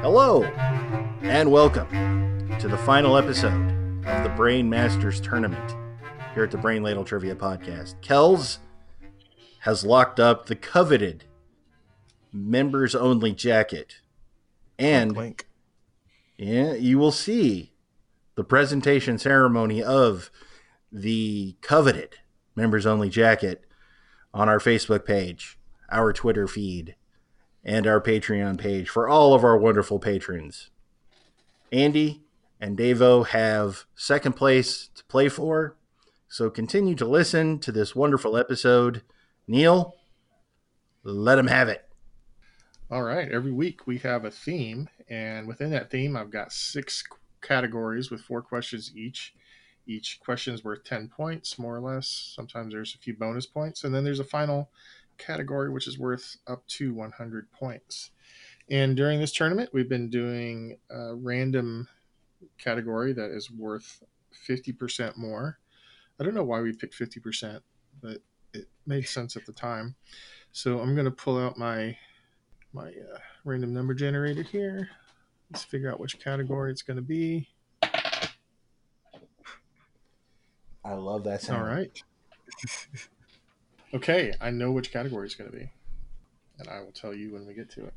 Hello, and welcome to the final episode of the Brain Masters Tournament here at the Brain Ladle Trivia Podcast. Kells has locked up the coveted members only jacket, and Blink. yeah, you will see the presentation ceremony of the coveted members only jacket on our Facebook page, our Twitter feed, and our Patreon page for all of our wonderful patrons. Andy and Davo have second place to play for, so continue to listen to this wonderful episode. Neil, let him have it. All right. Every week we have a theme, and within that theme, I've got six categories with four questions each. Each question's worth 10 points, more or less. Sometimes there's a few bonus points. And then there's a final category, which is worth up to 100 points. And during this tournament, we've been doing a random category that is worth 50% more. I don't know why we picked 50%, but it made sense at the time. So I'm going to pull out my my uh, random number generator here. Let's figure out which category it's going to be. I love that All right. okay, I know which category it's going to be, and I will tell you when we get to it.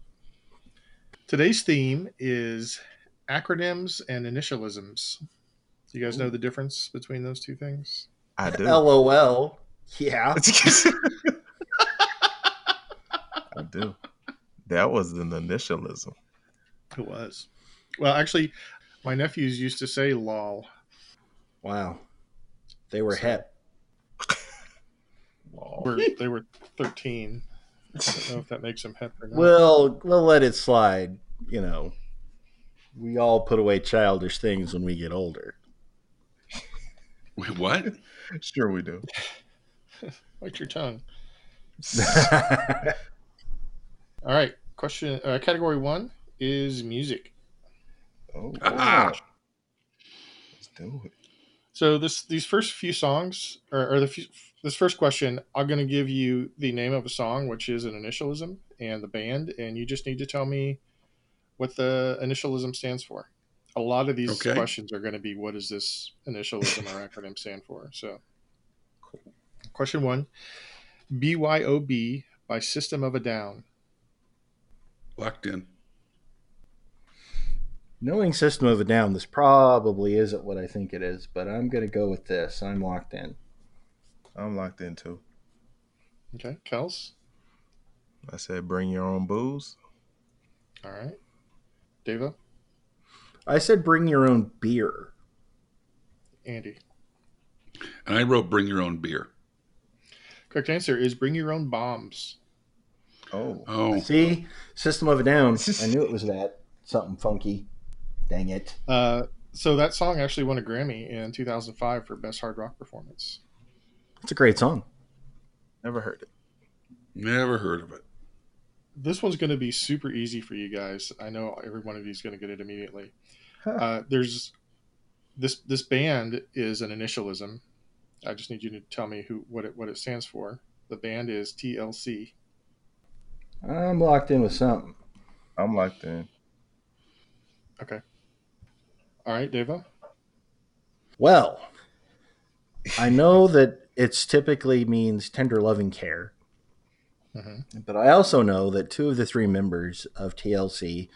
Today's theme is acronyms and initialisms. Do you guys know the difference between those two things? I do. LOL. Yeah. I do. That was an initialism. It was. Well, actually, my nephews used to say lol. Wow. They were So- hep. Were, they were 13. I don't know if that makes them hip or not. Well, we'll let it slide. You know, we all put away childish things when we get older. Wait, what? Sure, we do. Bite your tongue. I All right. Question uh, category one is music. Oh, wow. Ah. Let's do it. So this these first few songs, or, or the few, this first question, I'm going to give you the name of a song, which is an initialism, and the band, and you just need to tell me what the initialism stands for. A lot of these Okay. questions are going to be what does this initialism or acronym stand for? So, question one, BYOB by System of a Down. Locked in. Knowing System of a Down, this probably isn't what I think it is, but I'm going to go with this. I'm locked in. I'm locked in too. Okay, Kels. I said, bring your own booze. All right, Deva, I said bring your own beer. Andy. And I wrote bring your own beer. Correct answer is bring your own bombs. Oh, Oh, See? System of a Down. I knew it was that. Something funky. Dang it. Uh, so that song actually won a Grammy in 2005 for best hard rock performance. It's a great song. never heard it. never heard of it. This one's going to be super easy for you guys. I know every one of you is going to get it immediately. Huh. Uh, there's this this band is an initialism. I just need you to tell me who what it what it stands for. The band is TLC. I'm locked in with something. I'm locked in. All right, Deva. Well, I know that it's typically means tender loving care. hmm But I also know that two of the three members of TLC,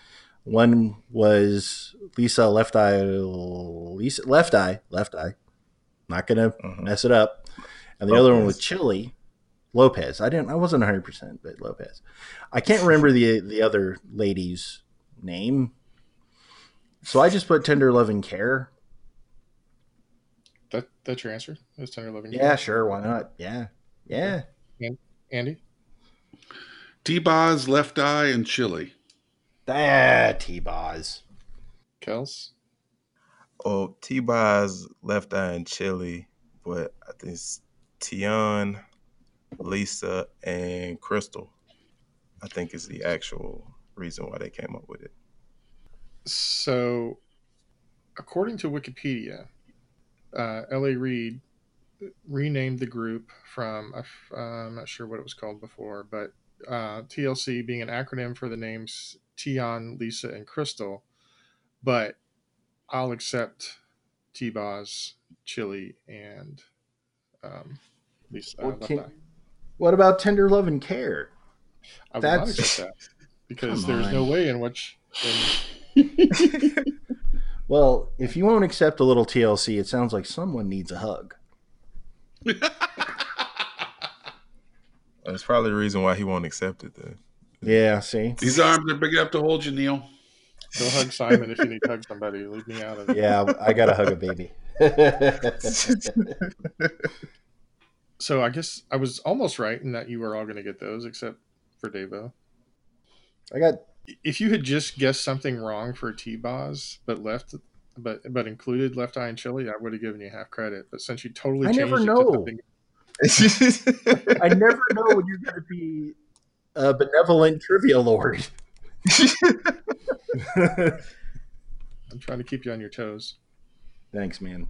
one was Lisa Left Eye, Lisa Left Eye, Left Eye. Not gonna Mhm. mess it up. And the other one was Lopez. Chili Lopez. I didn't. I wasn't one hundred percent, but Lopez. I can't remember the the other lady's name. So I just put tender loving care. That that's your answer. Is tender loving. Yeah, sure, why not? Yeah, yeah. Andy. T Boz, Left Eye, and Chili. Ah, T Boz. Kels. Oh, T Boz, Left Eye, and Chili, but I think it's Tion, Lisa, and Crystal. I think is the actual reason why they came up with it. So, according to Wikipedia, uh, L.A. Reid renamed the group from I uh, f- uh, I'm not sure what it was called before, but uh, TLC being an acronym for the names Tion, Lisa, and Crystal, but I'll accept T Boz, Chili, and um, Lisa. Well, uh, Left can- Eye. What about tender love and care? I will not that's- accept that because Come there's no on. way in which. in- Well, if you won't accept a little TLC, it sounds like someone needs a hug. That's probably the reason why he won't accept it then. Yeah, see? These arms are big enough to hold you, Neil. go hug Simon if you need to hug somebody. Leave me out of it. Yeah, I got to hug a baby. So I guess I was almost right in that you were all going to get those except for Devo. I got If you had just guessed something wrong for T Boz, but left. But but included left eye and chili, I would have given you half credit. But since you totally I changed never it know. to something, I never know when you're going to be a benevolent trivia lord. I'm trying to keep you on your toes. Thanks, man.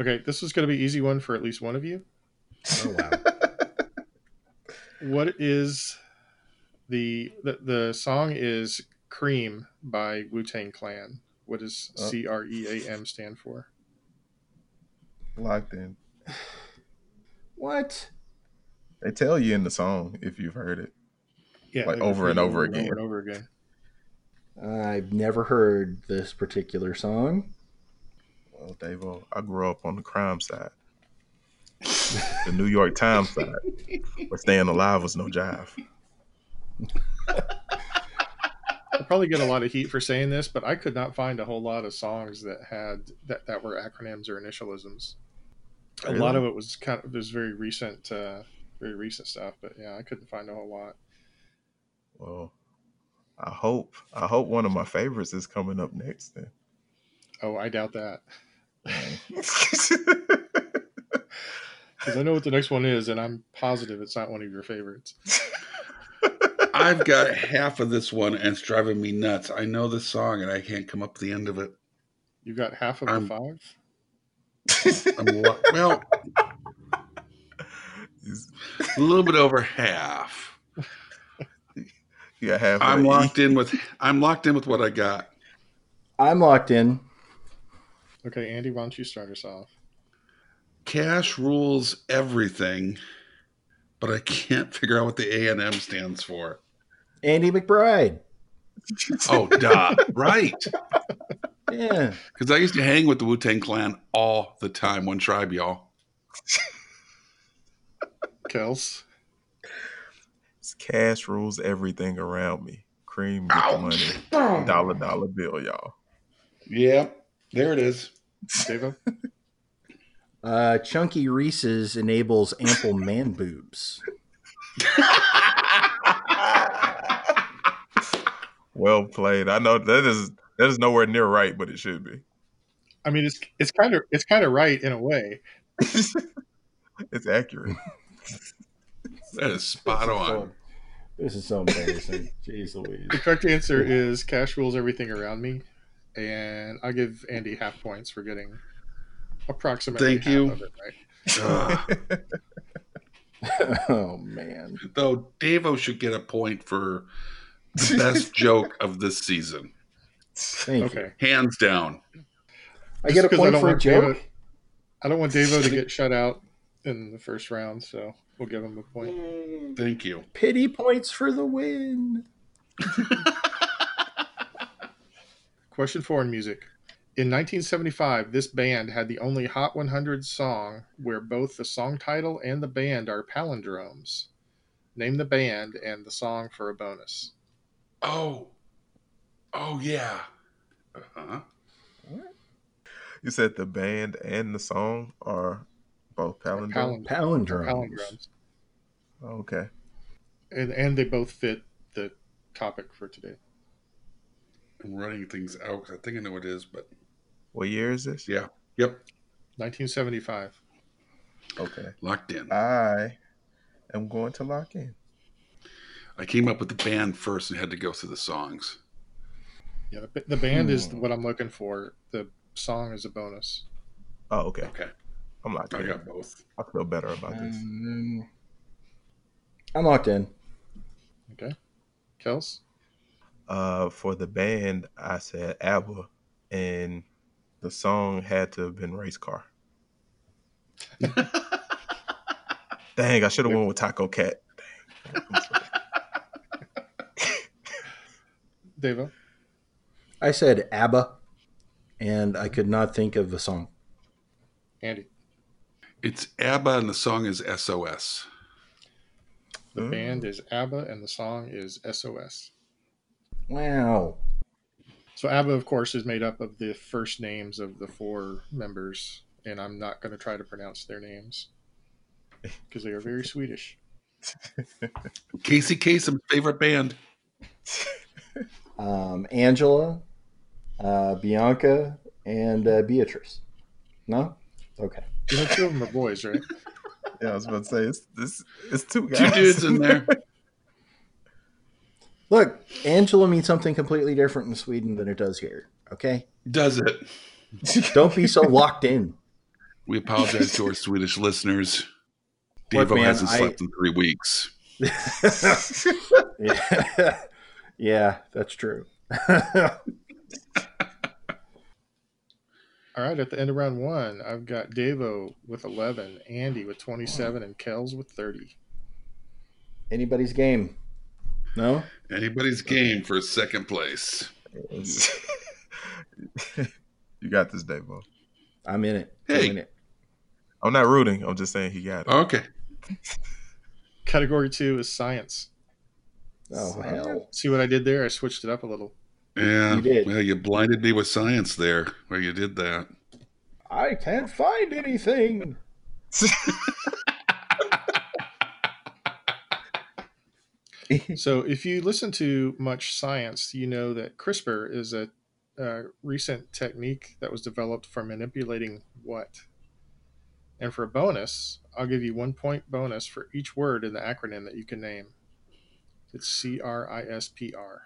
Okay, this is going to be easy one for at least one of you. Oh, wow. What is the the, the song is "Cream" by Wu Tang Clan. What does Uh. C R E A M stand for? Locked in. What? They tell you in the song if you've heard it. Yeah, Like they over and repeat it over again. over and over again. I've never heard this particular song. Well, Davo, I grew up on the crime side. the New York Times side. But staying alive was no jive. I'll probably get a lot of heat for saying this, but I could not find a whole lot of songs that had that, that were acronyms or initialisms. A lot Really? of it was kind of it was very recent, uh, very recent stuff. But yeah, I couldn't find a whole lot. Well, I hope I hope one of my favorites is coming up next then. Oh, I doubt that. Because I know what the next one is, and I'm positive it's not one of your favorites. I've got half of this one and it's driving me nuts. I know the song and I can't come up with the end of it. You got half of the I'm- five. I'm lo- well, a little bit over half. you got half of I'm the E. locked in with I'm locked in with what I got. I'm locked in. Okay, Andy, why don't you start us off? Cash rules everything, but I can't figure out what the A and M stands for. Andy McBride. Oh, duh. right. Yeah. Because I used to hang with the Wu Tang Clan all the time. One tribe, y'all. Kels, Cash rules everything around me. Cream with the money. Dollar dollar bill, y'all. Yeah, there it is. Deva, Uh, Chunky Reese's enables ample man boobs. Well played. I know that is that is nowhere near right, but it should be. I mean, it's it's kind of it's kind of right in a way. It's accurate. That is spot on. This is so embarrassing. Jeez Louise. The correct answer is cash rules everything around me, and I'll give Andy half points for getting approximately Thank half you. of it right. Ugh. Oh, man. Though Davo should get a point for the best joke of this season, Thank you. Okay, hands down. I Just get a 'cause I point don't for a want David- joke? I don't want Devo to get shut out in the first round, so we'll give him a point. Thank you. Pity points for the win. Question four in music. In 1975, this band had the only Hot 100 song where both the song title and the band are palindromes. Name the band and the song for a bonus. Oh, oh yeah. Uh huh. You said the band and the song are both palindrome. Palin- Palindrome. palindromes. Okay. And, and they both fit the topic for today. I'm running things out 'cause I think I know what it is, but What year is this? Yeah. yep, 1975. Okay. locked in. I am going to lock in. I came up with the band first and had to go through the songs. Yeah, the, the band is Hmm. what I'm looking for. The song is a bonus. Oh, okay. Okay, I'm locked I in. got both. I feel better about this. Um, I'm locked in. Okay. Kels? Uh, for the band, I said ABBA, and the song had to have been Race Car. Dang, I should have went with Taco Cat. Dang. I'm sorry. Devo. I said ABBA, and I could not think of a song. Andy. It's ABBA and the song is SOS. The Mm. band is ABBA and the song is SOS. Wow. So ABBA, of course, is made up of the first names of the four members, and I'm not going to try to pronounce their names because they are very Swedish. Casey Kasem's favorite band. Um, Angela, uh, Bianca, and uh, Beatrice. No? Okay. You know, two of them are boys, right? Yeah, I was about to say it's this. It's two Two guys. dudes in there. Look, Angela means something completely different in Sweden than it does here. Okay? Does it? Don't be so locked in. We apologize to our Swedish listeners. Look, Devo man, hasn't I- slept in three weeks. yeah. yeah, that's true. All right, at the end of round one, I've got Devo with 11, Andy with 27, and Kells with 30. Anybody's game. No? Anybody's game for second place. you got this, Davo. I'm in it. Hey. I'm in it. I'm not rooting. I'm just saying he got it. Okay. Category two is science. Oh, hell. See what I did there? I switched it up a little. Yeah. You did. Well, you blinded me with science there where you did that. I can't find anything. So, if you listen to much science, you know that CRISPR is a uh, recent technique that was developed for manipulating what? And for a bonus, I'll give you one point bonus for each word in the acronym that you can name. It's C R I S P R.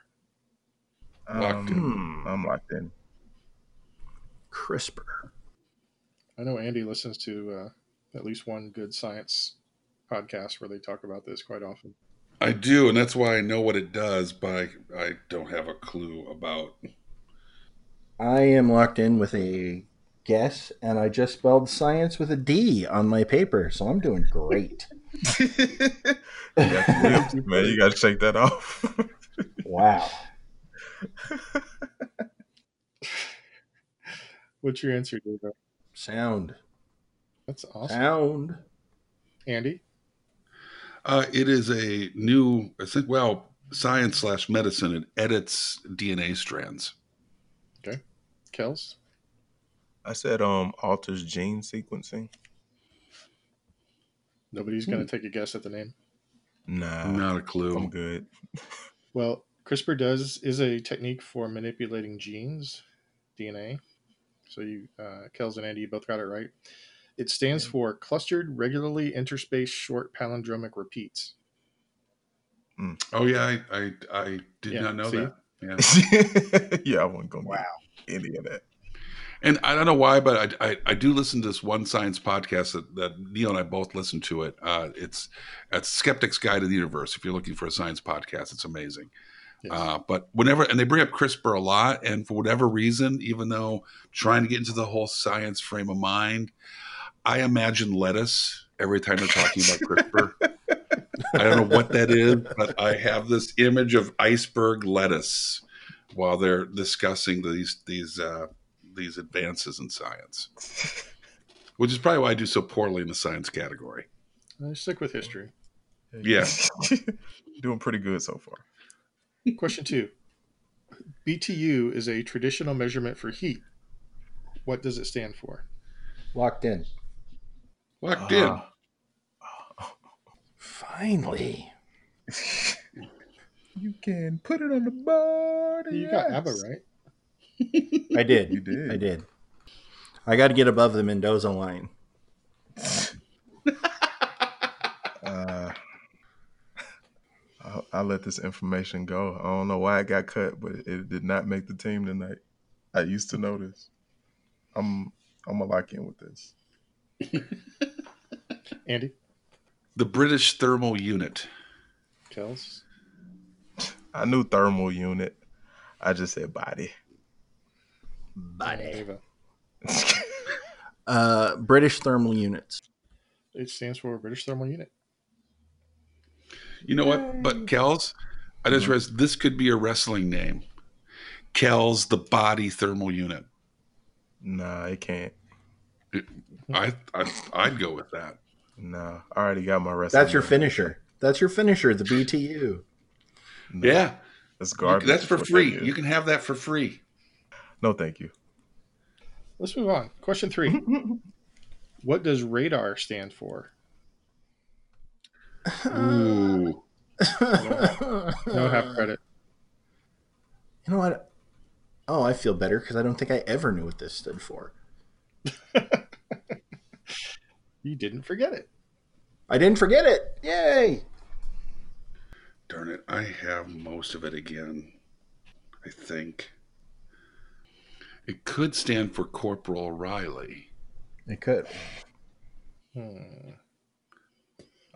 Locked in. Um, I'm locked in. CRISPR. I know Andy listens to uh, at least one good science podcast where they talk about this quite often. I do, and that's why I know what it does, but I, I don't have a clue about. I am locked in with a guess, and I just spelled science with a D on my paper, so I'm doing great. you got the lips, man. You got to shake that off. wow. What's your answer, David? Sound. That's Uh, awesome. Sound. Andy? Uh, it is a new, I think, well, science slash medicine. It edits DNA strands. Kels? I said um alters gene sequencing. Nobody's going to take a guess at the name. Oh. Nah, Not a I'm clue. good. Well, CRISPR does is a technique for manipulating genes, DNA. So you, uh, Kels and Andy, you both got it right. It stands for clustered, regularly interspaced, short palindromic repeats. Oh yeah, I I, I did Yeah, not know see? that. Yeah, yeah, I wasn't gonna get any of that. and I don't know why, but I, I I do listen to this one science podcast that, that Neil and I both listen to it. Uh, it's at Skeptic's Guide to the Universe. If you're looking for a science podcast, it's amazing. Yes. Uh, but whenever and they bring up CRISPR a lot, and for whatever reason, even though trying to get into the whole science frame of mind, I imagine lettuce every time they're talking about CRISPR. I don't know what that is, but I have this image of iceberg lettuce while they're discussing these these uh, these advances in science, which is probably why I do so poorly in the science category. Uh, stick with history. Yeah. doing pretty good so far. Question two BTU is a traditional measurement for heat. What does it stand for? Locked in. Locked in. Ah. Finally. You can put it on the board. You got ABBA right. I You did. did. I did. I got to get above the Mendoza line. Uh, I, I let this information go. I don't know why it got cut, but it, it did not make the team tonight. I used to know this. I'm I'm gonna lock in with this. Andy, The British thermal unit. Kels, I knew thermal unit. I just said body. Body. Ava. Uh, British thermal units. It stands for British Thermal Unit. You know what? But Kells, I Mm-hmm. just realized this could be a wrestling name. Kells, the body thermal unit. nah, it can't. I, I I'd go with that. Nah, I already got my rest. That's your finisher. That's your finisher, the BTU. Nah, Yeah, That's you- Mm-hmm. garbage. that's for What free. that is. You can have that for free. No, thank you. Let's move on. Question three. what does radar stand for? Uh. Ooh, No half credit. You know what? Oh, I feel better because I don't think I ever knew what this stood for. You didn't forget it. I didn't forget it. Yay! darn it! I have most of it again. I think it could stand for Corporal Riley. It could. Hmm.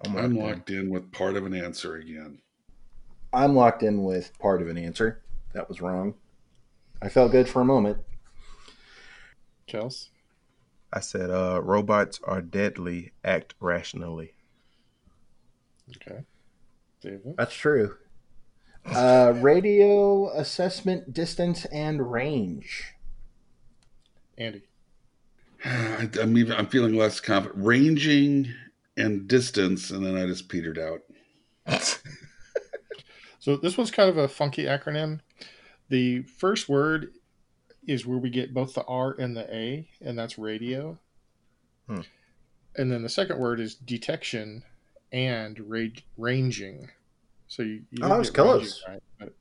I'm I'm locked in. locked in with part of an answer again. I'm locked in with part of an answer. That was wrong. I felt good for a moment. Kels? I said, uh, robots are deadly. Act rationally. Okay. David? That's true. Uh, radio assessment distance and range. Andy? I, I'm even. I'm feeling less confident. Ranging and distance, and then I just petered out. So this was kind of a funky acronym. The first word is where we get both the R and the A, and that's radio. Hmm. And then the second word is detection and ra- ranging. So you, you Oh, did I was get ranging close. right, but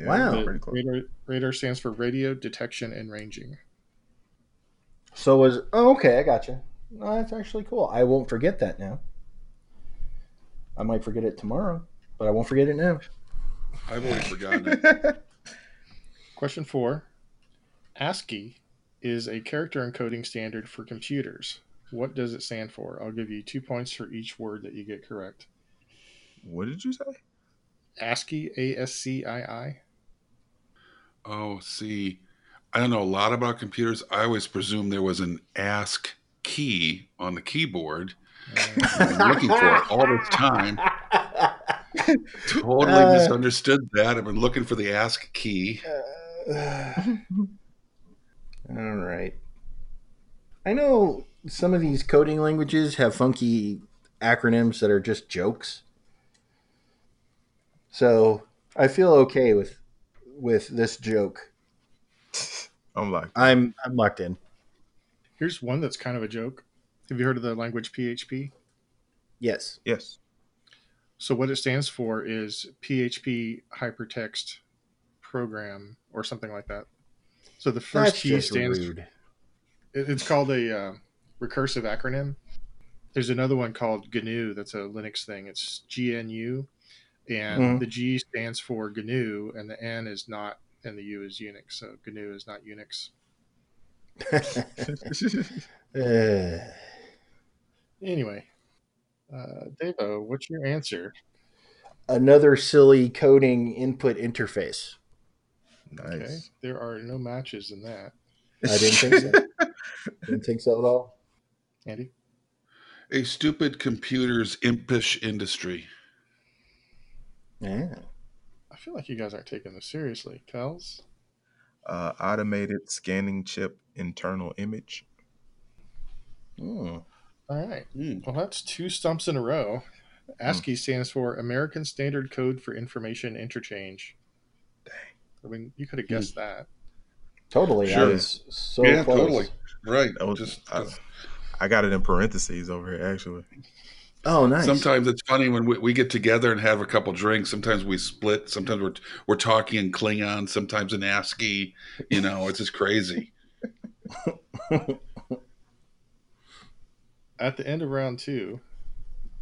Yeah, Wow. the Oh, pretty close. radar, radar stands for radio detection and ranging. So was oh, okay. I gotcha. No, that's actually cool. I won't forget that now. I might forget it tomorrow, but I won't forget it now. I've already forgotten it. Question four: ASCII is a character encoding standard for computers. What does it stand for? I'll give you two points for each word that you get correct. What did you say? ASCII, A S C I I. Oh, see, I don't know a lot about computers. I always presumed there was an ask key on the keyboard. Uh, I've been looking for it all this time. Totally Uh. misunderstood that. I've been looking for the ask key. all right. I know some of these coding languages have funky acronyms that are just jokes. So I feel okay with with this joke. I'm locked. I'm I'm locked in. Here's one that's kind of a joke. Have you heard of the language PHP? Yes. Yes. So what it stands for is PHP hypertext program or something like that. So the first key stands it- it's called a uh, recursive acronym. There's another one called GNU that's a Linux thing. It's GNU, and Mhm. the G stands for GNU, and the N is not, and the U is Unix. So GNU is not Unix. Uh, Anyway, uh, Devo, what's your answer? another silly coding input interface. Okay, Nice. there are no matches in that. I didn't think so. didn't think so at all. Andy, A stupid computer's impish industry. Yeah. I feel like you guys aren't taking this seriously. Kels, uh, automated scanning chip internal image. Hmm. all right. Hmm. Well, that's two stumps in a row. ASCII stands for American Standard Code for Information Interchange. Dang. I mean, you could have guessed that. Totally. Sure. I was so Yeah, close. totally. Right. That was Just uh, I, I got it in parentheses over here actually. Oh, nice. Sometimes it's funny when we, we get together and have a couple drinks. Sometimes we split. Sometimes we're we're talking in Klingon. Sometimes in ASCII. You know, it's just crazy. At the end of round two,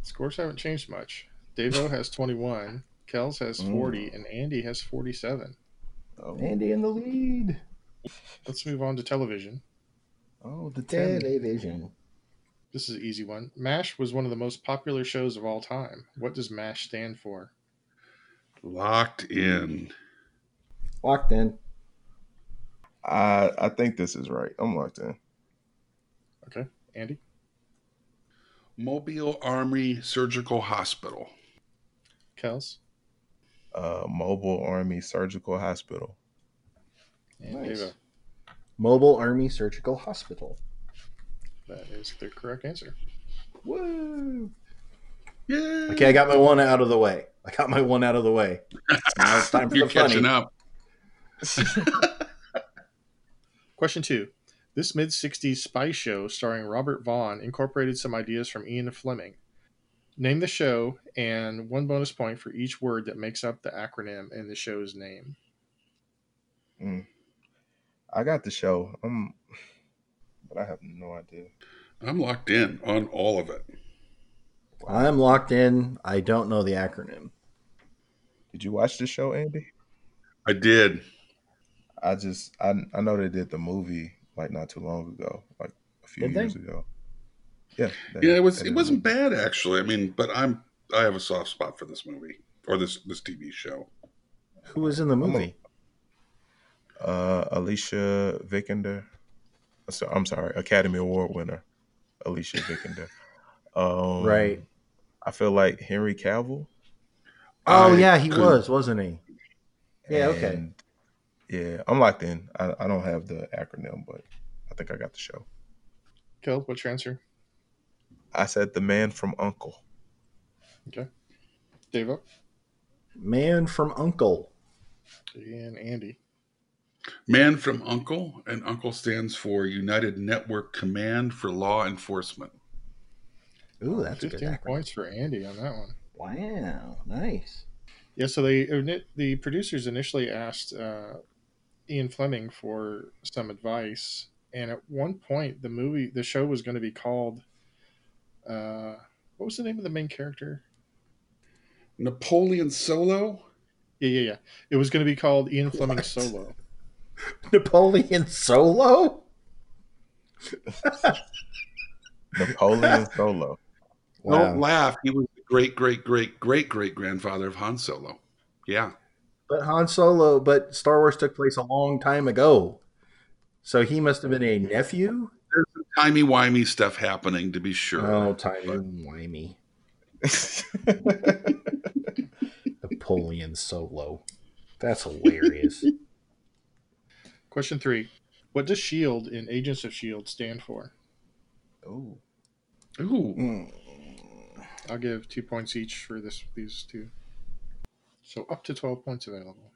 scores haven't changed much. Devo has 21, Kels has Mm. 40, and Andy has 47. Oh, Andy in the lead. Let's move on to television. oh the ten. Television. This is an easy one. MASH was one of the most popular shows of all time. What does MASH stand for? Locked in. Locked in. I I think this is right. I'm locked in. Okay, Andy. Mobile Army Surgical Hospital. Kels. Uh, Mobile Army Surgical Hospital. And Nice. Devo. Mobile Army Surgical Hospital. That is the correct answer. Woo! Yeah. Okay, I got my one out of the way. I got my one out of the way. Now it's time for You're the catching funny. up. Question two. This mid 60s spy show starring Robert Vaughn incorporated some ideas from Ian Fleming. Name the show and one bonus point for each word that makes up the acronym in the show's name. I got the show. I'm, but I have no idea. I'm locked in on all of it. I'm locked in. I don't know the acronym. Did you watch the show, Andy? I did. I just I I know they did the movie like not too long ago, like a few Did they? years ago. Yeah, they- Yeah, it was they it did a wasn't movie. bad actually. I mean, but I'm I have a soft spot for this movie or this this TV show. Who was in the a- movie? Uh, Alicia Vikander. Uh, So, I'm sorry, Academy Award winner, Alicia Vikander. Um, Right. I feel like Henry Cavill. Oh I yeah, he couldn't- was, wasn't he? Yeah, okay. and- Yeah, I'm locked in. I, I don't have the acronym, but I think I got the show. Kels, what's your answer? I said the man from Uncle. Devo. Man from Uncle. And Andy. Man from Uncle, and Uncle stands for United Network Command for Law Enforcement. Ooh, that's a good 15 acronym. points for Andy on that one. Wow, nice. Yeah, so they ini- the producers initially asked uh, Ian Fleming for some advice, and at one point the movie the show was going to be called uh, what was the name of the main character? Napoleon Solo? Yeah, yeah, yeah. It was going to be called Ian Fleming What? Solo. Napoleon Solo. Napoleon Solo. Wow. Don't laugh. He was the great, great, great, great, great grandfather of Han Solo. Yeah. But Han Solo, but Star Wars took place a long time ago, so he must have been a nephew. There's some timey wimey stuff happening to be sure. Oh, tiny whimy Napoleon Solo. That's hilarious. Question three: What does Shield in Agents of Shield E stand for? Ooh. Ooh. Mm. I'll give two points each for this these two, so up to twelve points available.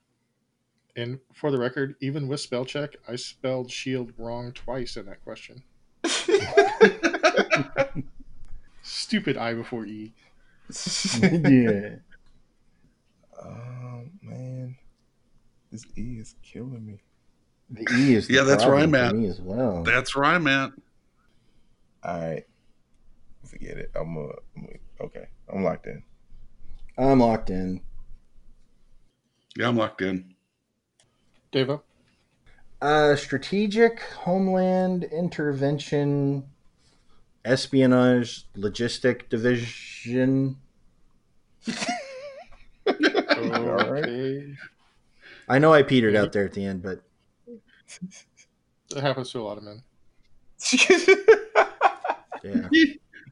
And for the record, even with spell check, I spelled Shield wrong twice in that question. Stupid I before E. yeah. Oh man, this E is killing me. The E is the Yeah, that's where problem I'm for at. Me as well. That's where I'm at. All right, forget it. I'm uh, I'm uh, okay. I'm locked in. I'm locked in. Yeah, I'm locked in. Devo, Uh, strategic homeland intervention, espionage, logistic division. Alright. okay. I know I petered out there at the end, but That happens to a lot of men. yeah.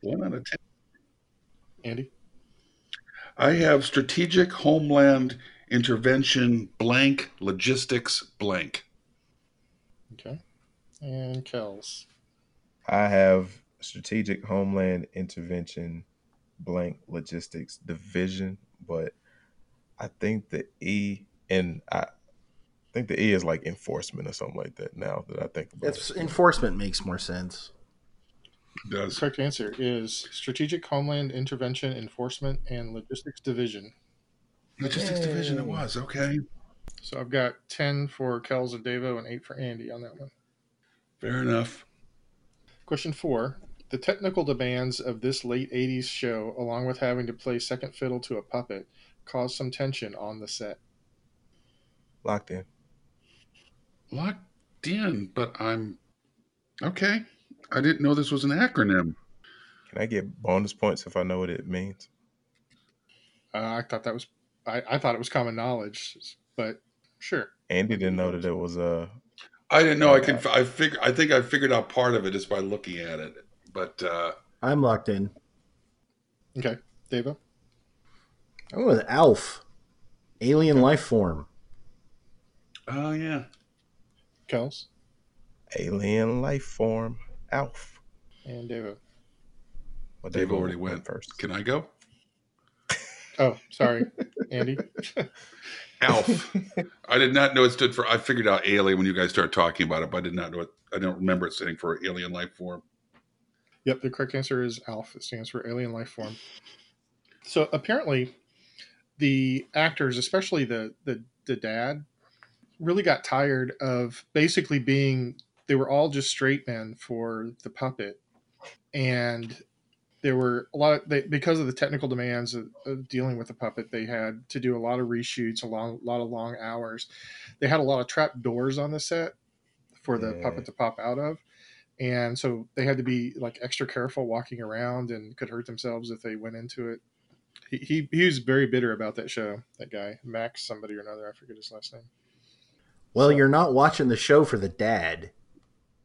One out of ten. Andy, I have strategic homeland intervention blank logistics blank. okay, and Kells. I have strategic homeland intervention, blank logistics division, but I think the E and I think the E is like enforcement or something like that. Now that I think about It's, it, enforcement makes more sense. It The does. correct answer is Strategic Homeland Intervention Enforcement and Logistics Division. Logistics Yay. division it was, okay. So I've got ten for Kells and Devo and eight for Andy on that one. Fair enough. Question four. The technical demands of this late 80s show, along with having to play second fiddle to a puppet, caused some tension on the set. locked in. Locked in, but I'm okay. I didn't know this was an acronym. Can I get bonus points if I know what it means? Uh, I thought that was I, I thought it was common knowledge, but sure. Andy didn't know that it was uh, a I didn't know I could. I fig, I think I figured out part of it just by looking at it. But uh, I'm locked in. Okay, Deva. I went with Alf, alien life form. oh yeah, Kels Alien life form, Alf. and Deva. Well, Dave already went. first. Can I go? Oh, sorry, Andy. Alf. I did not know it stood for. I figured out alien when you guys started talking about it, but I did not know it. I don't remember it standing for alien life form. Yep, the correct answer is ALF. It stands for Alien Life Form. So apparently, the actors, especially the the, the dad, really got tired of basically being. They were all just straight men for the puppet, and there were a lot they, because of the technical demands of, of dealing with the puppet. They had to do a lot of reshoots, a long, lot of long hours. They had a lot of trap doors on the set for the Yeah. puppet to pop out of and so they had to be like extra careful walking around and could hurt themselves if they went into it. He he, he was very bitter about that show. That guy Max, somebody or another, I forget his last name. Well, So- you're not watching the show for the dad.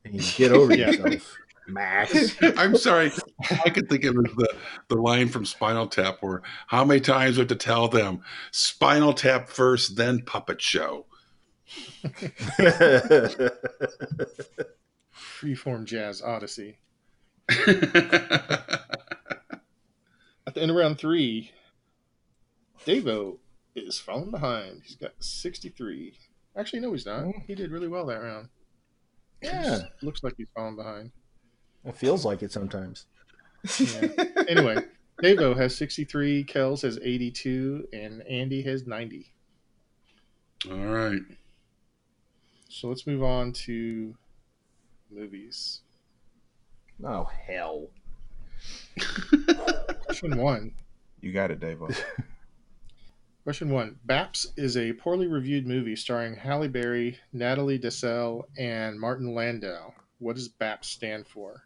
And you get over Yeah. yourself, Max. I'm sorry. I could think it was the, the line from Spinal Tap where how many times we have to tell them Spinal Tap first, then puppet show. Freeform Jazz Odyssey. I At the end of round three, Davo is falling behind. He's got sixty three. Actually, no, he's not. He did really well that round. yeah, Looks like he's falling behind. it feels like it sometimes. Yeah. Anyway, Davo has sixty three. Kels has eighty two, and Andy has ninety. All right. So let's move on to movies. Oh hell! Question one. You got it, Dave. Question one. Baps is a poorly reviewed movie starring Halle Berry, Natalie Desselle, and Martin Landau. What does Baps stand for?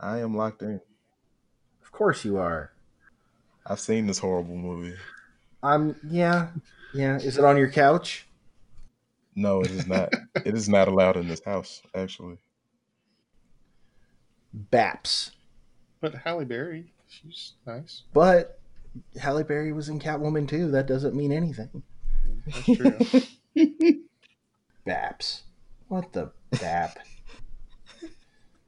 I am locked in. Of course you are. I've seen this horrible movie. I'm. Yeah, yeah. Is it on your couch? No, it is not. it is not allowed in this house, actually. Baps. But Halle Berry, she's nice. But Halle Berry was in Catwoman too. That doesn't mean anything. That's true. Baps. What the bap?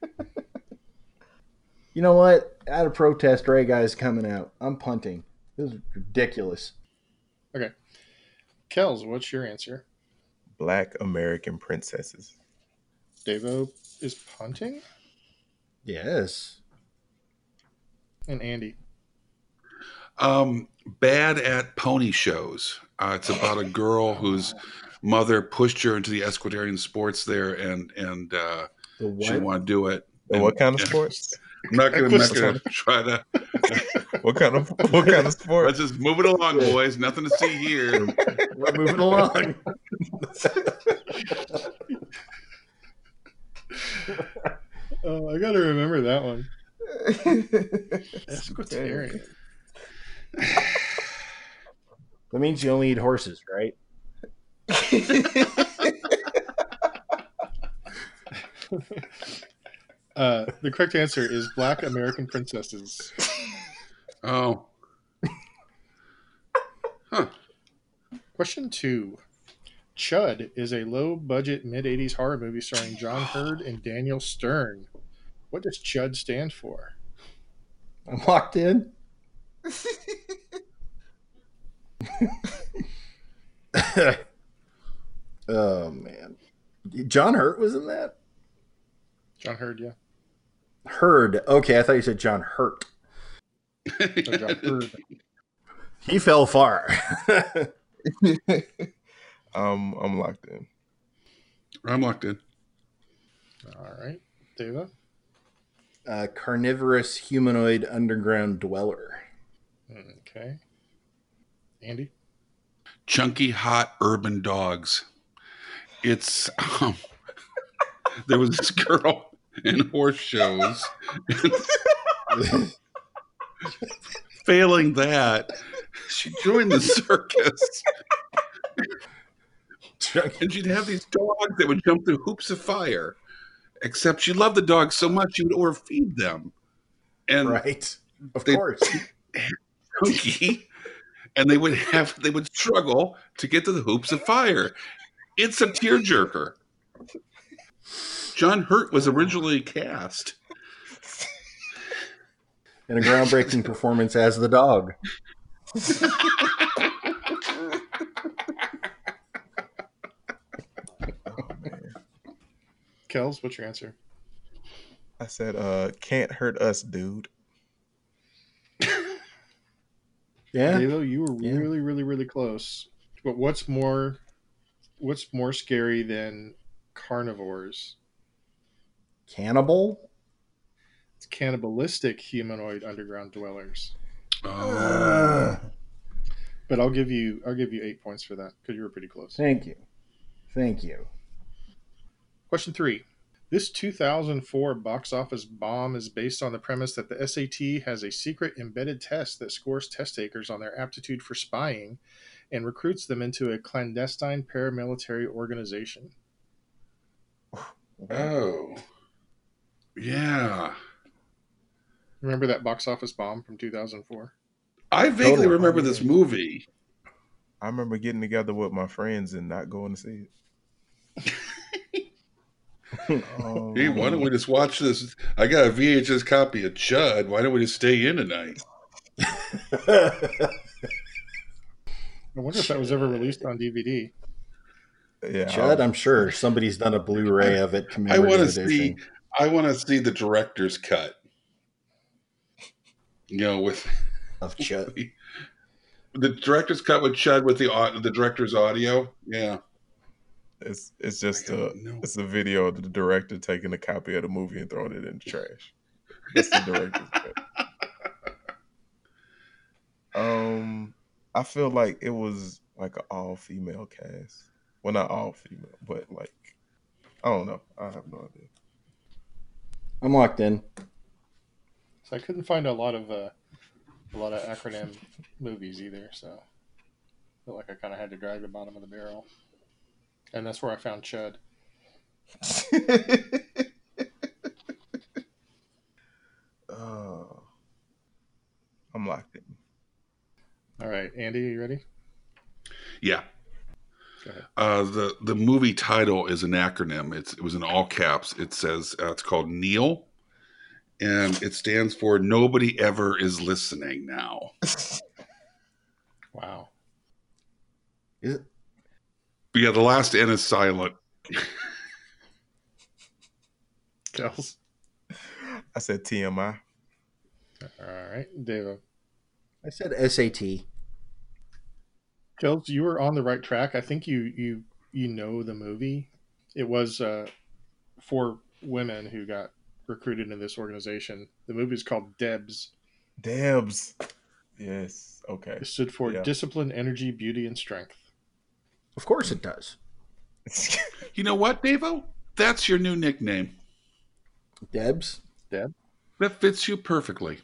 you know what? Out of protest, Ray Guy's coming out. I'm punting. This is ridiculous. Kels, what's your answer? Black American princesses. Davo is punting? Yes. And Andy. Um, bad at pony shows. Uh, it's about a girl whose mother pushed her into the equestrian sports there, and and uh, The she didn't what? want to do it. And what kind of Yeah. sports? I'm not going to try to. What kind of what kind of sports? Let's just move it along, boys. Nothing to see here. We're moving along. Oh, I gotta remember that one. terrible. Equestrian. That means you only eat horses, right? Uh, the correct answer is Black American Princesses. Oh, Question two. Chud is a low budget mid 80s horror movie starring John Hurd and Daniel Stern. What does Chud stand for? I'm locked in. oh man, John Hurt was in that. John Hurd, yeah. Heard. Okay, I thought you said John Hurt. No, Oh, John Hurd. He fell far. um, I'm locked in. I'm locked in. All right. Deva? uh, carnivorous humanoid underground dweller. Mm, Okay. Andy? chunky hot urban dogs it's um, there was this girl in horse shows failing that she joined the circus Chuck. And she'd have these dogs that would jump through hoops of fire. Except she loved the dogs so much she would overfeed them. And Right. Of They- course. chunky, and they would have they would struggle to get to the hoops of fire. It's a tearjerker. John Hurt was originally cast. And a groundbreaking performance as the dog. Kels, what's your answer? I said, uh, can't hurt us, dude. Yeah. Davo, you were Yeah. really, really, really close. But what's more, what's more scary than carnivores? Cannibal. It's cannibalistic humanoid underground dwellers. But I'll give you, I'll give you eight points for that because you were pretty close. Thank you. Thank you. Question three. This 2004 box office bomb is based on the premise that the SAT has a secret embedded test that scores test takers on their aptitude for spying and recruits them into a clandestine paramilitary organization. oh. Yeah. Remember that box office bomb from 2004? I vaguely Totally. remember this movie. I remember getting together with my friends and not going to see it. um, Hey, why don't we just watch this? I got a VHS copy of Chud. Why don't we just stay in tonight? I wonder if that was ever released on DVD. Yeah, Chud, I- I'm sure somebody's done a Blu-ray of it. I want to commemorative see. edition. I want to see the director's cut. You know, with of Chud. the director's cut with Chud with the au- the director's audio. Yeah, it's it's just I a don't know. it's a video of the director taking a copy of the movie and throwing it in the trash. That's the director's cut. Um, I feel like it was like an all female cast. Well, not all female, but like I don't know. I have no idea. I'm locked in. So I couldn't find a lot of uh, a lot of acronym movies either. So I feel like I kind of had to drag the bottom of the barrel, and that's where I found Chud. Oh, I'm locked in. All right, Andy, you ready? yeah. Go ahead. Uh, the the movie title is an acronym. It's it was in all caps. It says uh, it's called Neil, and it stands for Nobody Ever Is Listening Now. Wow. Is it? But yeah, the last N is silent. Kels. I said TMI. All right, Dave. I said SAT. Kels, you were on the right track. I think you you you know the movie. It was uh, four women who got recruited into this organization. The movie is called Debs. Debs. Yes. Okay. It stood for Yeah. Discipline, Energy, Beauty, and Strength. Of course it does. You know what, Davo? That's your new nickname. Debs, That fits you perfectly.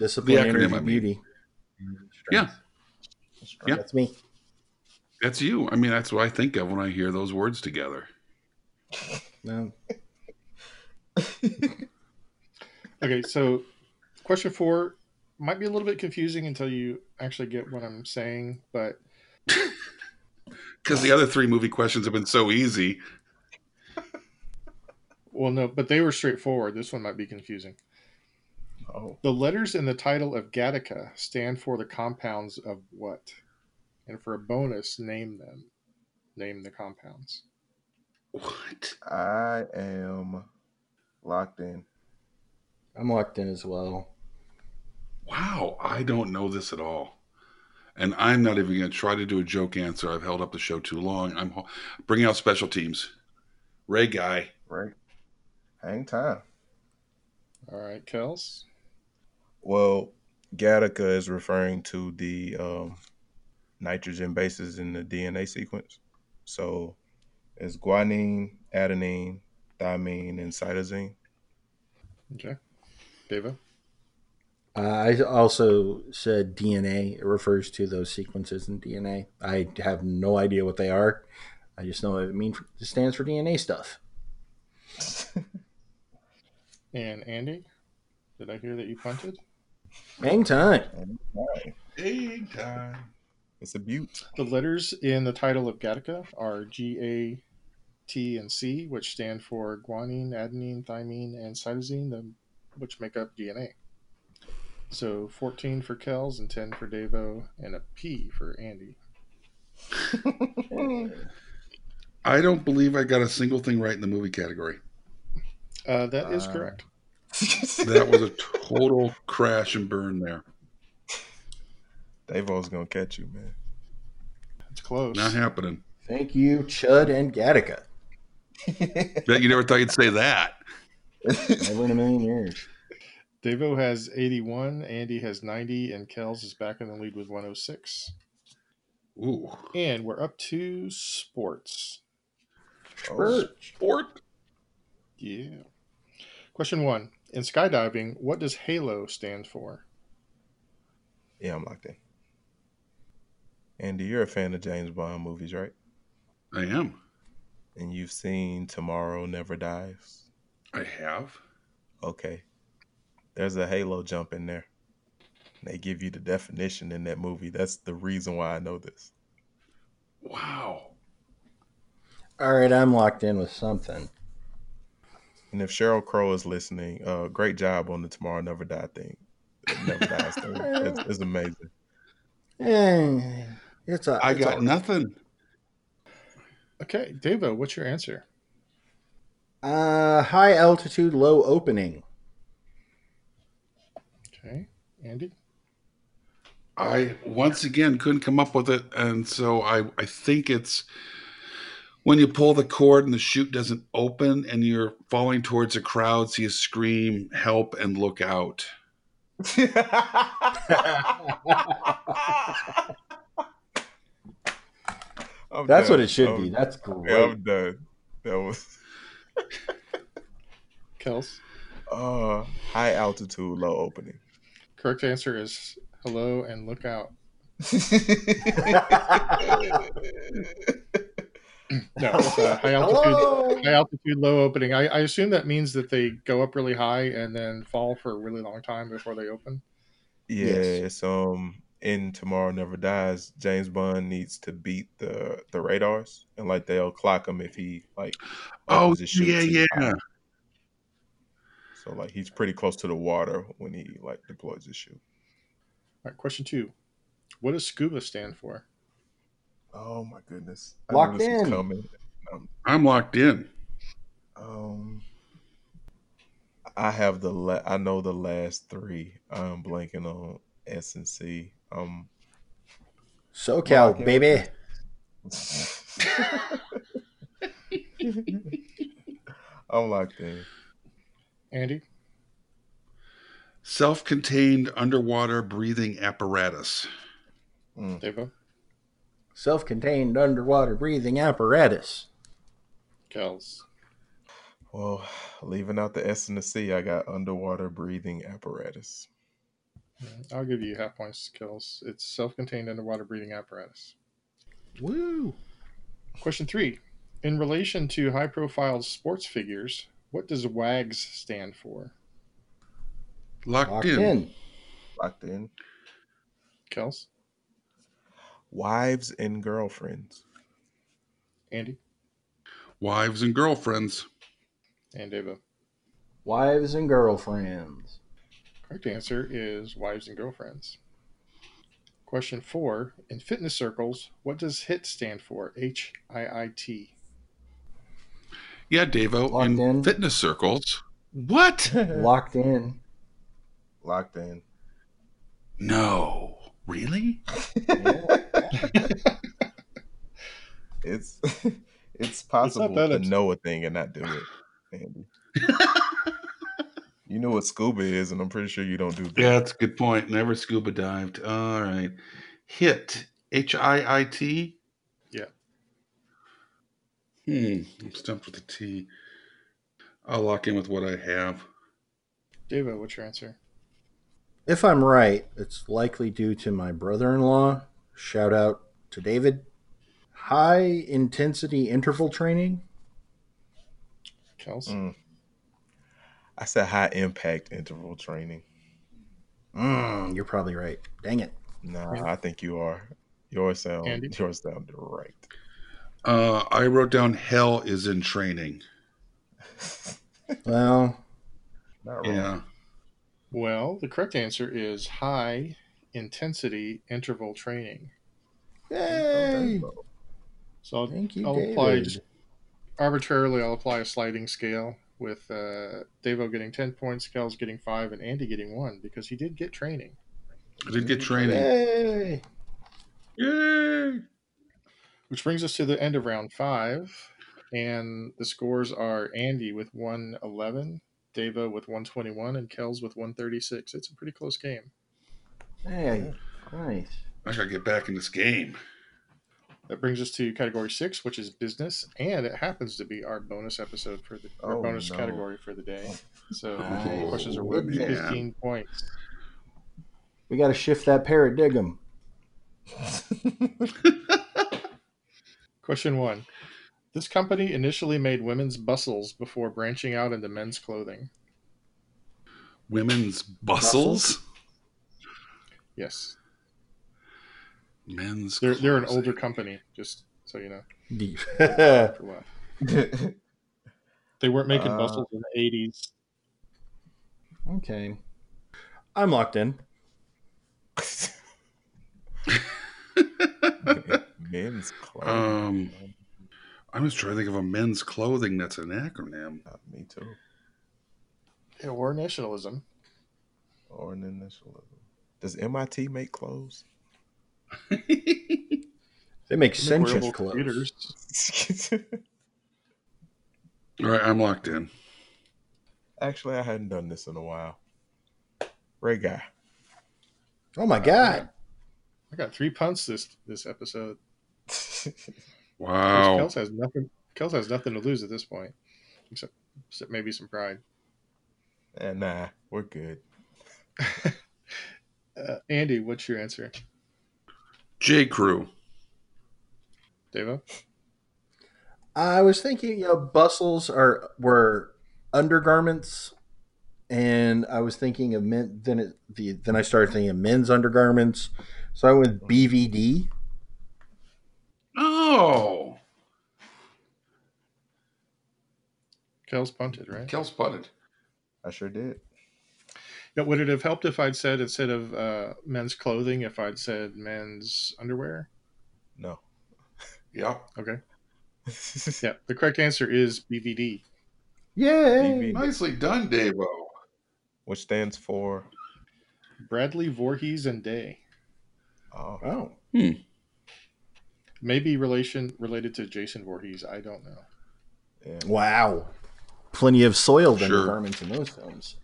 discipline, The acronym, energy, I mean. beauty. Yeah. Yeah. That's me. That's you. I mean, that's what I think of when I hear those words together. No. Okay, so question four might be a little bit confusing until you actually get what I'm saying, but Because the other three movie questions have been so easy. well, no, but they were straightforward. This one might be confusing. oh, The letters in the title of Gattaca stand for the compounds of what? And for a bonus, name them. Name the compounds. What? I am locked in. I'm locked in as well. Wow, I don't know this at all. And I'm not even going to try to do a joke answer. I've held up the show too long. I'm ho- bringing out special teams. Ray Guy. Right. Hang time. All right, Kels. Well, Gattaca is referring to the um, nitrogen bases in the DNA sequence. So it's guanine, adenine, thymine, and cytosine. Okay. Deva. Uh, I also said DNA. It refers to those sequences in DNA. I have no idea what they are. I just know it means it stands for DNA stuff. And Andy, did I hear that you punted? Hang time. Big time. It's a butte. The letters in the title of Gattaca are G, A, T, and C, which stand for guanine, adenine, thymine, and cytosine, the, which make up DNA. So 14 for Kells and 10 for Davo, and a P for Andy. I don't believe I got a single thing right in the movie category. Uh, that is Uh, correct. That was a total crash and burn there. Davo's gonna catch you, man. It's close. Not happening. Thank you, Chud and Gattaca. Bet you never thought you'd say that. Never in a million years. Davo has 81, Andy has 90, and Kells is back in the lead with 106. Ooh. And we're up to sports. Oh, Sport. Yeah. Question one In skydiving, what does HALO stand for? yeah, I'm locked in. Andy, you're a fan of James Bond movies, right? I am. And you've seen Tomorrow Never Dies. I have. Okay. There's a Halo jump in there. They give you the definition in that movie. That's the reason why I know this. Wow. All right, I'm locked in with something. And if Cheryl Crow is listening, uh, great job on the Tomorrow Never Die thing. Never dies thing. It's, it's amazing. Eh, it's a, I it's got a- nothing. Okay, Davo, what's your answer? uh, high altitude, low opening. Okay, Andy? I once again couldn't come up with it, and so I I think it's when you pull the cord and the chute doesn't open and you're falling towards a crowd, so you scream help and look out. I'm That's done. what it should I'm- be. That's yeah, great. I'm done. That was Kels? uh, high altitude, low opening. Correct answer is hello and look out. No, it's, uh, high altitude. Hello. High altitude, low opening. I, I assume that means that they go up really high and then fall for a really long time before they open. Yeah, Yes. it's um in Tomorrow Never Dies, James Bond needs to beat the the radars and like they'll clock him if he like Oh, opens his chute yeah, too yeah. high. So like he's pretty close to the water when he like deploys his chute. All right, question two. What does scuba stand for? Oh my goodness. Locked this was in. coming. I'm locked in. Um I have the la- I know the last three. I'm blanking on S and C. Um SoCal, Lock in. baby. I'm locked in. Andy? Self-contained underwater breathing apparatus. Mm. Devo? Self contained underwater breathing apparatus. Kels? Well, leaving out the S and the C, I got underwater breathing apparatus. I'll give you half points, Kels. It's self contained underwater breathing apparatus. Woo. Question three. In relation to high profile sports figures, what does WAGS stand for? Locked, Locked in. in. Locked in. Kels? Wives and girlfriends. Andy? Wives and girlfriends. And Devo? Wives and girlfriends. Correct answer is wives and girlfriends. Question four. In fitness circles, what does HIT stand for? H I I T. Yeah, Davo. Locked in, in. fitness circles. What? Locked in. Locked in. no. Really? It's it's possible that to it's- know a thing and not do it, Andy. you know what scuba is, and I'm pretty sure you don't do that. Yeah, that's a good point. Never scuba dived. All right. Hit. H I I T. Yeah. Hmm. I'm stumped with a T. I'll lock in with what I have. Devo, what's your answer? If I'm right, it's likely due to my brother in law. Shout out to David. High intensity interval training. Kels. Mm. I said high impact interval training. Mm, you're probably right. Dang it. Nah, Yeah. I think you are. Yours sound Andy? yours sound right. Uh, I wrote down hell is in training. Well, Not wrong. Yeah. Well, the correct answer is high intensity interval training. yay. So I'll Thank you, I'll David. apply just- arbitrarily I'll apply a sliding scale with uh, Devo getting 10 points, Kel's getting 5, and Andy getting 1 because he did get training. I did get training. Yay. Yay. Which brings us to the end of round 5. And the scores are Andy with 111, Devo with 121, and Kel's with 136. It's a pretty close game. Hey, nice. I gotta get back in this game. That brings us to category 6, which is business. And it happens to be our bonus episode for the our Oh, bonus no. Oh. category for the day. So Nice. questions are Oh, worth man. 15 points. We got to shift that parrot digum. Question one. This company initially made women's bustles before branching out into men's clothing. Women's bustles. Yes. Men's. They're, they're an closet. older company, just so you know. The- For what. They weren't making Uh, bustles in the 80s. okay. I'm locked in. Men's clothing. Um, I was trying to think of a men's clothing that's an acronym. Not me too. Yeah, Or nationalism. Or an initialism. Does MIT make clothes? They make They make sensuous wearable clothes. computers. All right, I'm locked in. Actually, I hadn't done this in a while. Ray guy. Oh my god. I got three punts this this episode. Wow. Kels has nothing. Kels has nothing to lose at this point, except, except maybe some pride. and nah, we're good. Uh, Andy, what's your answer? J. Crew. Devo. I was thinking, you know, bustles are were undergarments, and I was thinking of men. Then it the then I started thinking of men's undergarments, so I went with BVD. Oh. Kels punted, right? Kel spotted. I sure did. Yeah, would it have helped if I'd said instead of uh, men's clothing, if I'd said men's underwear? No. Yeah. Okay. Yeah, the correct answer is BVD. Yay! BVD. Nicely done, Davo. Which stands for Bradley Voorhees and Day. oh, Oh, Maybe relation related to Jason Voorhees. I don't know. yeah. wow! Plenty of soiled Sure. undergarments in those films.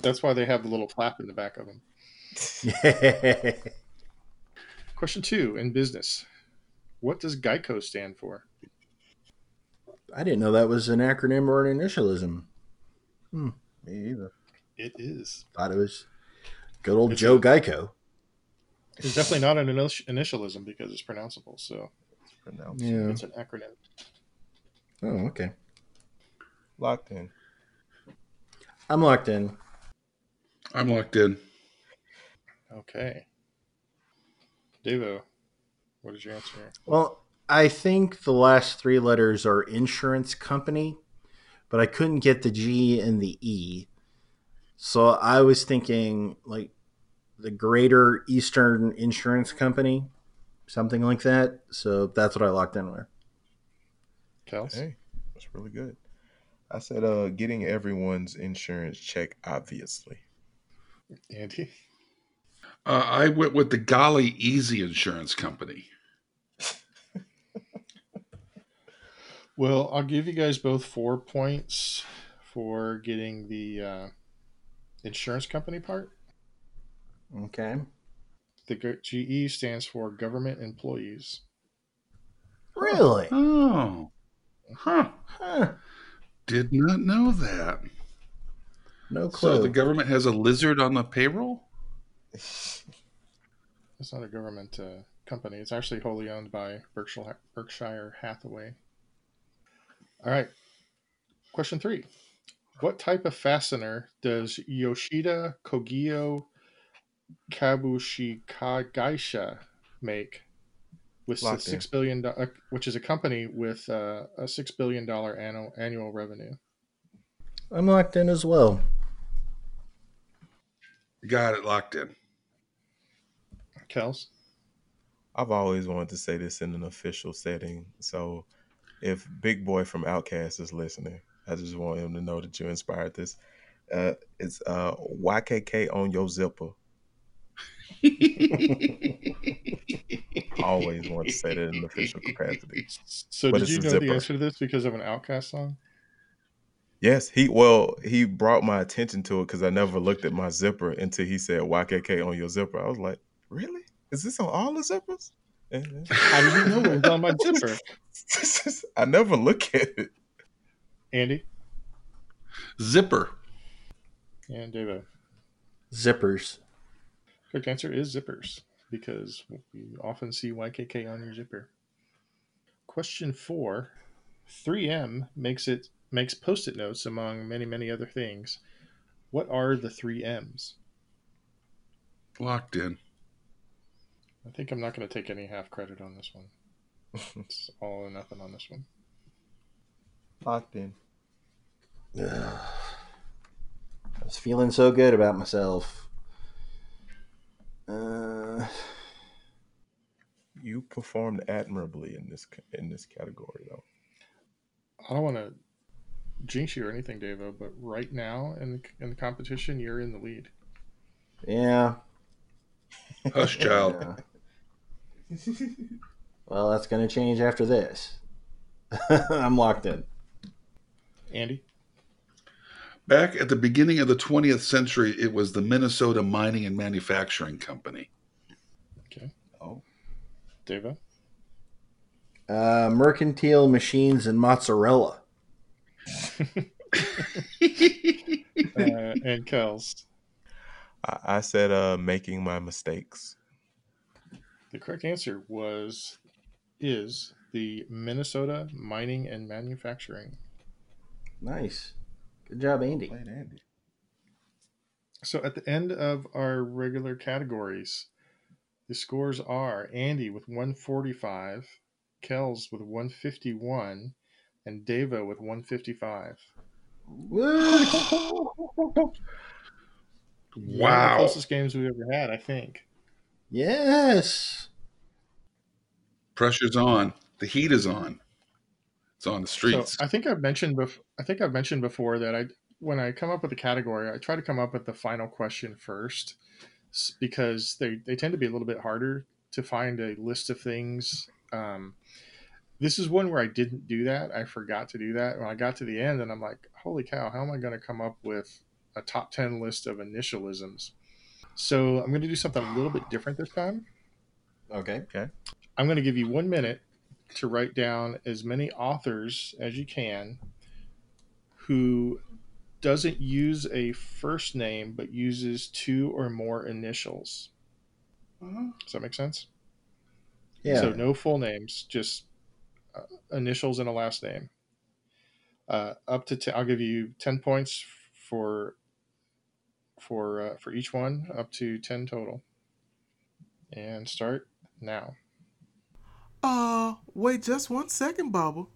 That's why they have the little flap in the back of them. Yeah. Question two in business. What does Geico stand for? I didn't know that was an acronym or an initialism. me either. It is. Thought it was good old It's- Joe Geico. It's definitely not an init- initialism because it's pronounceable, so Pronounced. Yeah. it's an acronym. Oh, okay. Locked in. I'm locked in. I'm locked in. Okay. Devo, what is your answer? Well, I think the last three letters are insurance company, but I couldn't get the G and the E. So I was thinking like the Greater Eastern Insurance Company, something like that. So that's what I locked in with. Kels? Hey, that's really good. I said uh getting everyone's insurance check obviously. Andy? Uh, I went with the Golly Easy Insurance Company. Well, I'll give you guys both four points for getting the uh, insurance company part. Okay. The G- GE stands for government employees. Really? Oh. Huh. Huh. Did not know that. No clue. So the government has a lizard on the payroll? It's not a government uh, company. It's actually wholly owned by Berkshire, Berkshire Hathaway. All right. Question three What type of fastener does Yoshida Kogyo Kabushikagaisha make? With Locked a six billion, do- uh, which is a company with uh, a six billion dollar annual annual revenue. I'm locked in as well. Got it locked in. Kels, I've always wanted to say this in an official setting. So if Big Boy from Outcast is listening, I just want him to know that you inspired this. Uh, it's uh, YKK on your zipper. Always want to say that in an official capacity. so What did is you a know the zipper? answer to this because of an Outcast song? Yes, he well he brought my attention to it because I never looked at my zipper until he said YKK on your zipper. I was like, really? Is this on all the zippers? And- How did you know it was on my zipper, I never look at it. Andy Zipper. and David? Zippers. Correct answer is zippers because you often see YKK on your zipper. Question four: 3M makes it makes post-it notes among many many other things. What are the three M's? Locked in. I think I'm not going to take any half credit on this one. It's all or nothing on this one. Locked in. Ugh. I was feeling so good about myself. Uh, You performed admirably in this c- in this category though. I don't want to jinx you or anything, Davo, but right now in the, in the competition, you're in the lead. yeah. Hush, child. yeah. Well, that's going to change after this. I'm locked in. Andy, Back at the beginning of the 20th century, it was the Minnesota Mining and Manufacturing Company. Oh, Davo, Uh, mercantile machines and mozzarella. uh, and Kels. I, I said uh, making my mistakes. The correct answer was is the Minnesota Mining and Manufacturing. Nice. Good job, Andy. Played Andy. So at the end of our regular categories, the scores are Andy with 145, Kells with 151, and Davo with 155. Woo! One of the Wow. closest games we ever had, I think. Yes. Pressure's on. The heat is on. It's on the streets. So I think I've mentioned bef- I think I've mentioned before that I when I come up with a category, I try to come up with the final question first s- because they, they tend to be a little bit harder to find a list of things. Um, this is one where I didn't do that. I forgot to do that. When I got to the end and I'm like, holy cow, how am I going to come up with a top 10 list of initialisms? So I'm going to do something a little bit different this time. Okay. I'm going to give you one minute to write down as many authors as you can who doesn't use a first name but uses two or more initials. Does that make sense? Yeah. So no full names, just uh, initials and a last name. Uh, up to ten, I'll give you ten points for for uh, for each one, up to ten total. And start now. Uh, wait just one second, Bubba.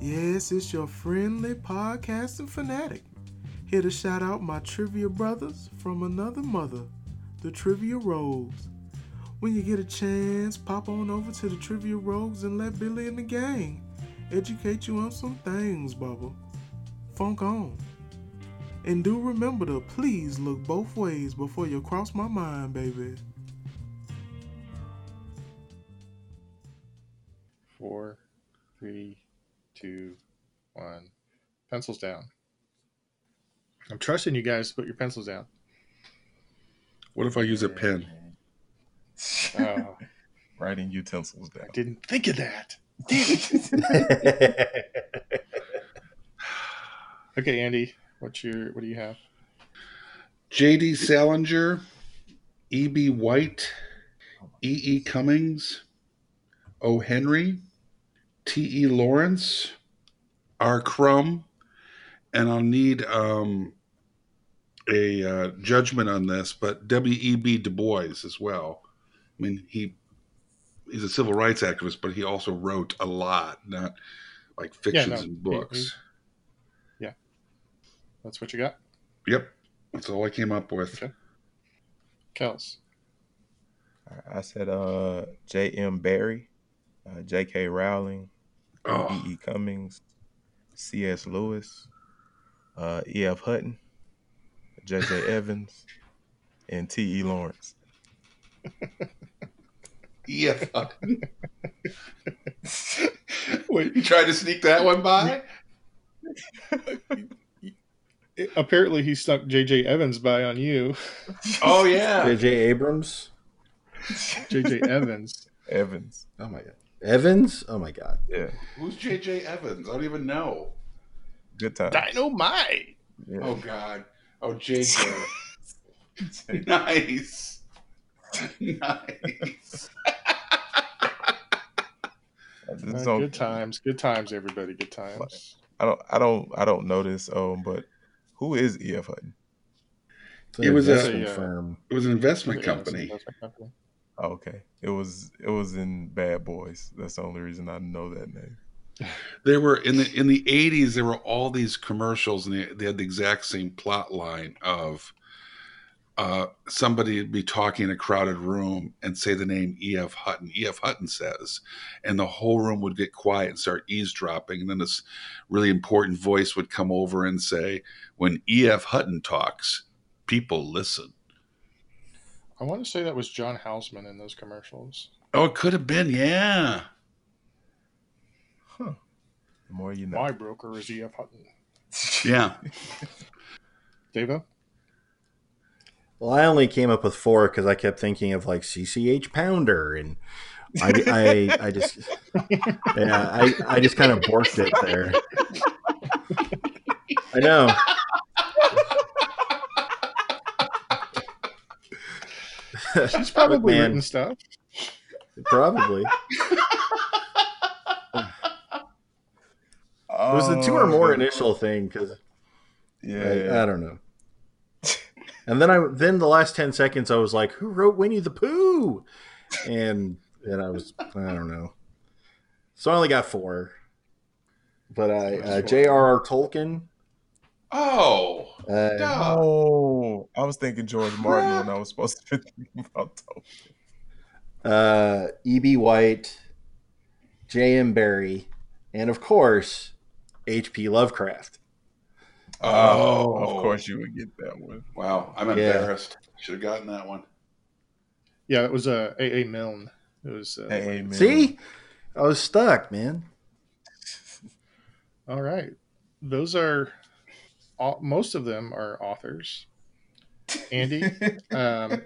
Yes, it's your friendly podcasting fanatic. Here to shout out my trivia brothers from another mother, the Trivia Rogues. When you get a chance, pop on over to the Trivia Rogues and let Billy and the gang educate you on some things, Bubba. Funk on. And do remember to please look both ways before you cross my mind, baby. four, three, two, one. Pencils down. I'm trusting you guys to put your pencils down. what if I use a pen? Oh, Writing utensils I down. didn't think of that. Okay, Andy, What's your what do you have? J.D. Salinger, E.B. White, E.E. Cummings, O. Henry, T.E. Lawrence, R. Crumb, and I'll need um, a uh, judgment on this, but W.E.B. Du Bois as well. I mean, he he's a civil rights activist, but he also wrote a lot, not like fictions no, and books. That's what you got, Yep, that's all I came up with. Okay. Kels. I said uh J.M. Barry, uh, J.K. Rowling, Oh, E.E. Cummings, C.S. Lewis, uh, E.F. Hutton, J.J. Evans, and T.E. Lawrence. yeah. Wait, you tried to sneak that one by? Apparently, he stuck J.J. Evans by on you, Oh yeah. J.J. Abrams, J.J. Evans. Evans. Oh my god. Evans. Oh my God. Yeah. Who's JJ Evans? I don't even know. Good time. Dynamite. Yeah. Oh god. Oh JJ. nice. Nice. I just Uh, don't- good times, good times, everybody. Good times. I don't I don't I don't know this um but who is EF Hutton? It's an It was a- investment Yeah. firm. It was an investment Yeah, it's an company. investment company. Oh, okay. It was it was in Bad Boys. That's the only reason I know that name. There were in the in the eighties there were all these commercials and they, they had the exact same plot line of uh, somebody would be talking in a crowded room and say the name E.F. Hutton. E.F. Hutton says, and the whole room would get quiet and start eavesdropping. And then this really important voice would come over and say, When E.F. Hutton talks, people listen. I want to say that was John Houseman in those commercials. Oh, it could have been, yeah. Huh. The more you know. My broker is E.F. Hutton. Yeah. Devo. Well, I only came up with four because I kept thinking of like CCH Pounder, and I, I, I just, yeah, I, I just kind of borked it there. I know. She's probably man. written stuff. Probably. It was the two Oh, or more initial thing because Yeah. I, I don't know. And then I then the last ten seconds I was like, who wrote Winnie the Pooh? And and I was I don't know. So I only got four. But I uh, J.R.R. Tolkien. Oh, Uh, no. Oh, I was thinking George Martin when I was supposed to be thinking about Tolkien. uh, E E.B. White, J.M. Barrie, and of course, H.P. Lovecraft. Oh. of course you would get that one. Wow. I'm Yeah. embarrassed. Should have gotten that one. Yeah, it was uh, A. A. Milne. It was. Uh, Hey, man. See, I was stuck, man. All right, those are. All, most of them are authors. Andy, um,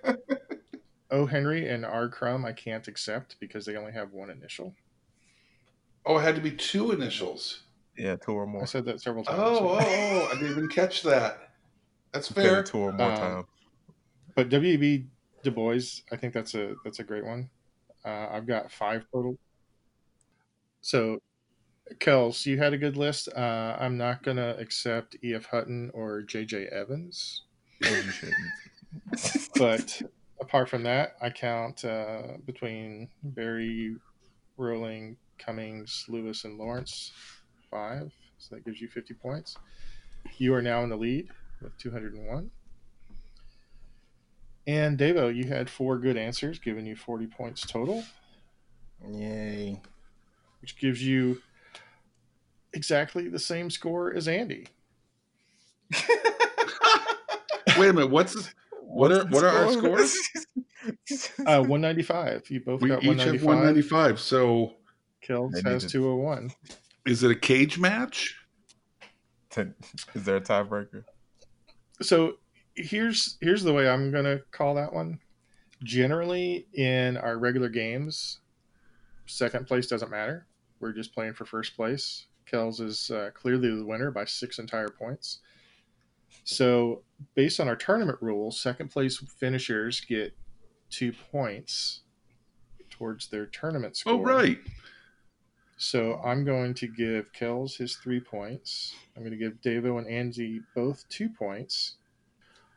O. Henry and R. Crumb, I can't accept because they only have one initial. Oh, it had to be two initials. Yeah, two or I more. said that several times. Oh, oh, oh, I didn't even catch that. That's I said fair. it two or more Um, times. But W.B. Du Bois, I think that's a that's a great one. Uh, I've got five total. So, Kels, you had a good list. Uh, I'm not gonna accept E.F. Hutton or J.J. Evans, No, Oh, you shouldn't. but apart from that, I count uh, between Barry, Rowling, Cummings, Lewis, and Lawrence five. So that gives you 50 points. You are now in the lead with 201. And Devo, you had four good answers, giving you 40 points total, Yay. which gives you exactly the same score as Andy. Wait a minute. What's this? What are what are our scores? Uh, 195. You both We got each have 195. 195. So Kels They has needed- 201. is it a cage match? Is there a tiebreaker? so here's here's the way I'm gonna call that one. Generally, in our regular games, second place doesn't matter. We're just playing for first place. Kells is uh, clearly the winner by six entire points. So, based on our tournament rules, second place finishers get two points towards their tournament score. Oh, right. So I'm going to give Kells his three points. I'm going to give Davo and Andy both two points,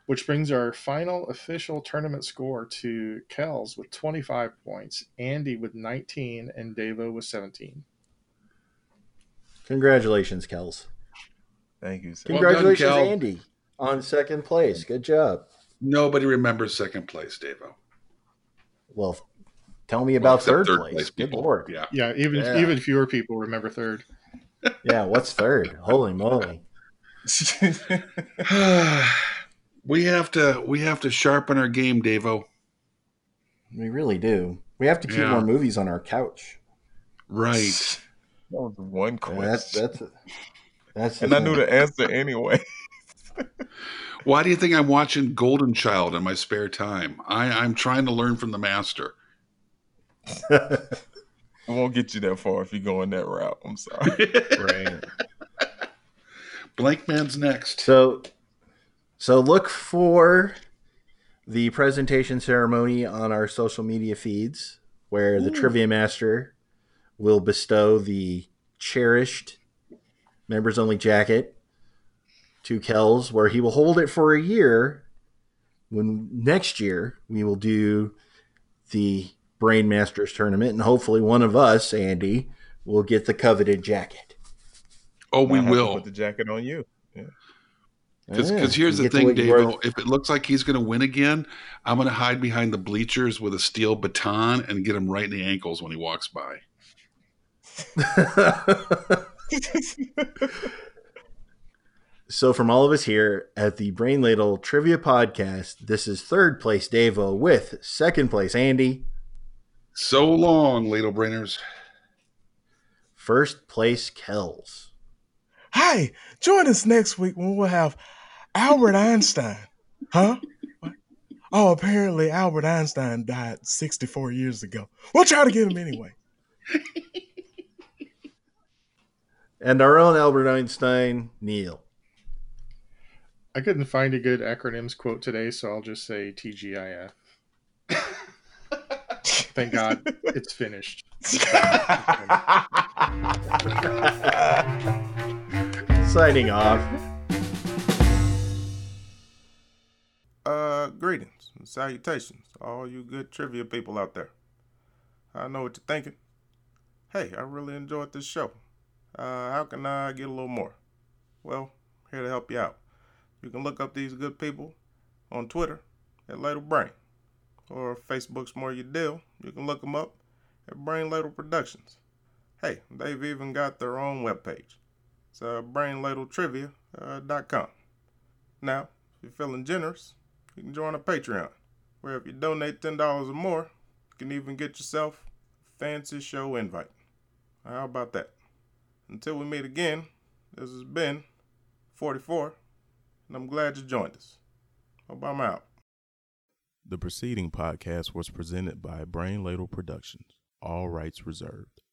which brings our final official tournament score to Kells with 25 points, Andy with 19, and Davo with 17. Congratulations, Kels. Thank you. Sir. Well done, Congratulations, Kel. Andy, on second place. Good job. Nobody remembers second place, Davo. Well, tell me about Except third, place. Good people. lord. Yeah. Yeah, even Yeah. even fewer people remember third. Yeah, what's third? Holy moly. we have to we have to sharpen our game, Davo. We really do. We have to keep Yeah. more movies on our couch. Right. That was one And question. That's that's that's and I knew the answer anyway. Why do you think I'm watching Golden Child in my spare time? I, I'm trying to learn from the master. that. It won't get you that far if you go in that route. I'm sorry. right. Blank Man's next. So so look for the presentation ceremony on our social media feeds where the trivia master will bestow the cherished members only jacket to Kells where he will hold it for a year when next year we will do the Brain Masters tournament and hopefully one of us Andy will get the coveted jacket. Oh, we Might have to will. put the jacket on you. Because Yeah, here's you the get to thing, what you are- Davo. If it looks like he's going to win again, I'm going to hide behind the bleachers with a steel baton and get him right in the ankles when he walks by. so, from all of us here at the Brain Ladle Trivia Podcast, this is third place Davo with second place Andy, So long, Ladle Brainers. first place Kells. Hi, join us next week when we'll have Albert Einstein. Huh? What? Oh, apparently Albert Einstein died 64 years ago. We'll try to get him anyway. And our own Albert Einstein, Neil. I couldn't find a good acronyms quote today, so I'll just say TGIF. Thank God it's finished. Signing off. Uh, greetings and salutations, to all you good trivia people out there. I know what you're thinking. Hey, I really enjoyed this show. Uh, how can I get a little more? Well, here to help you out. You can look up these good people on Twitter at Ladle Brain, or if Facebook's more your deal. You can look them up at Brain Ladle Productions. Hey, they've even got their own webpage. It's uh, brainladletrivia.com. Now, if you're feeling generous, you can join a Patreon, where if you donate ten dollars or more, you can even get yourself a fancy show invite. How about that? Until we meet again, this has been 44, and I'm glad you joined us. Hope I'm out. The preceding podcast was presented by Brain Ladle Productions, all rights reserved.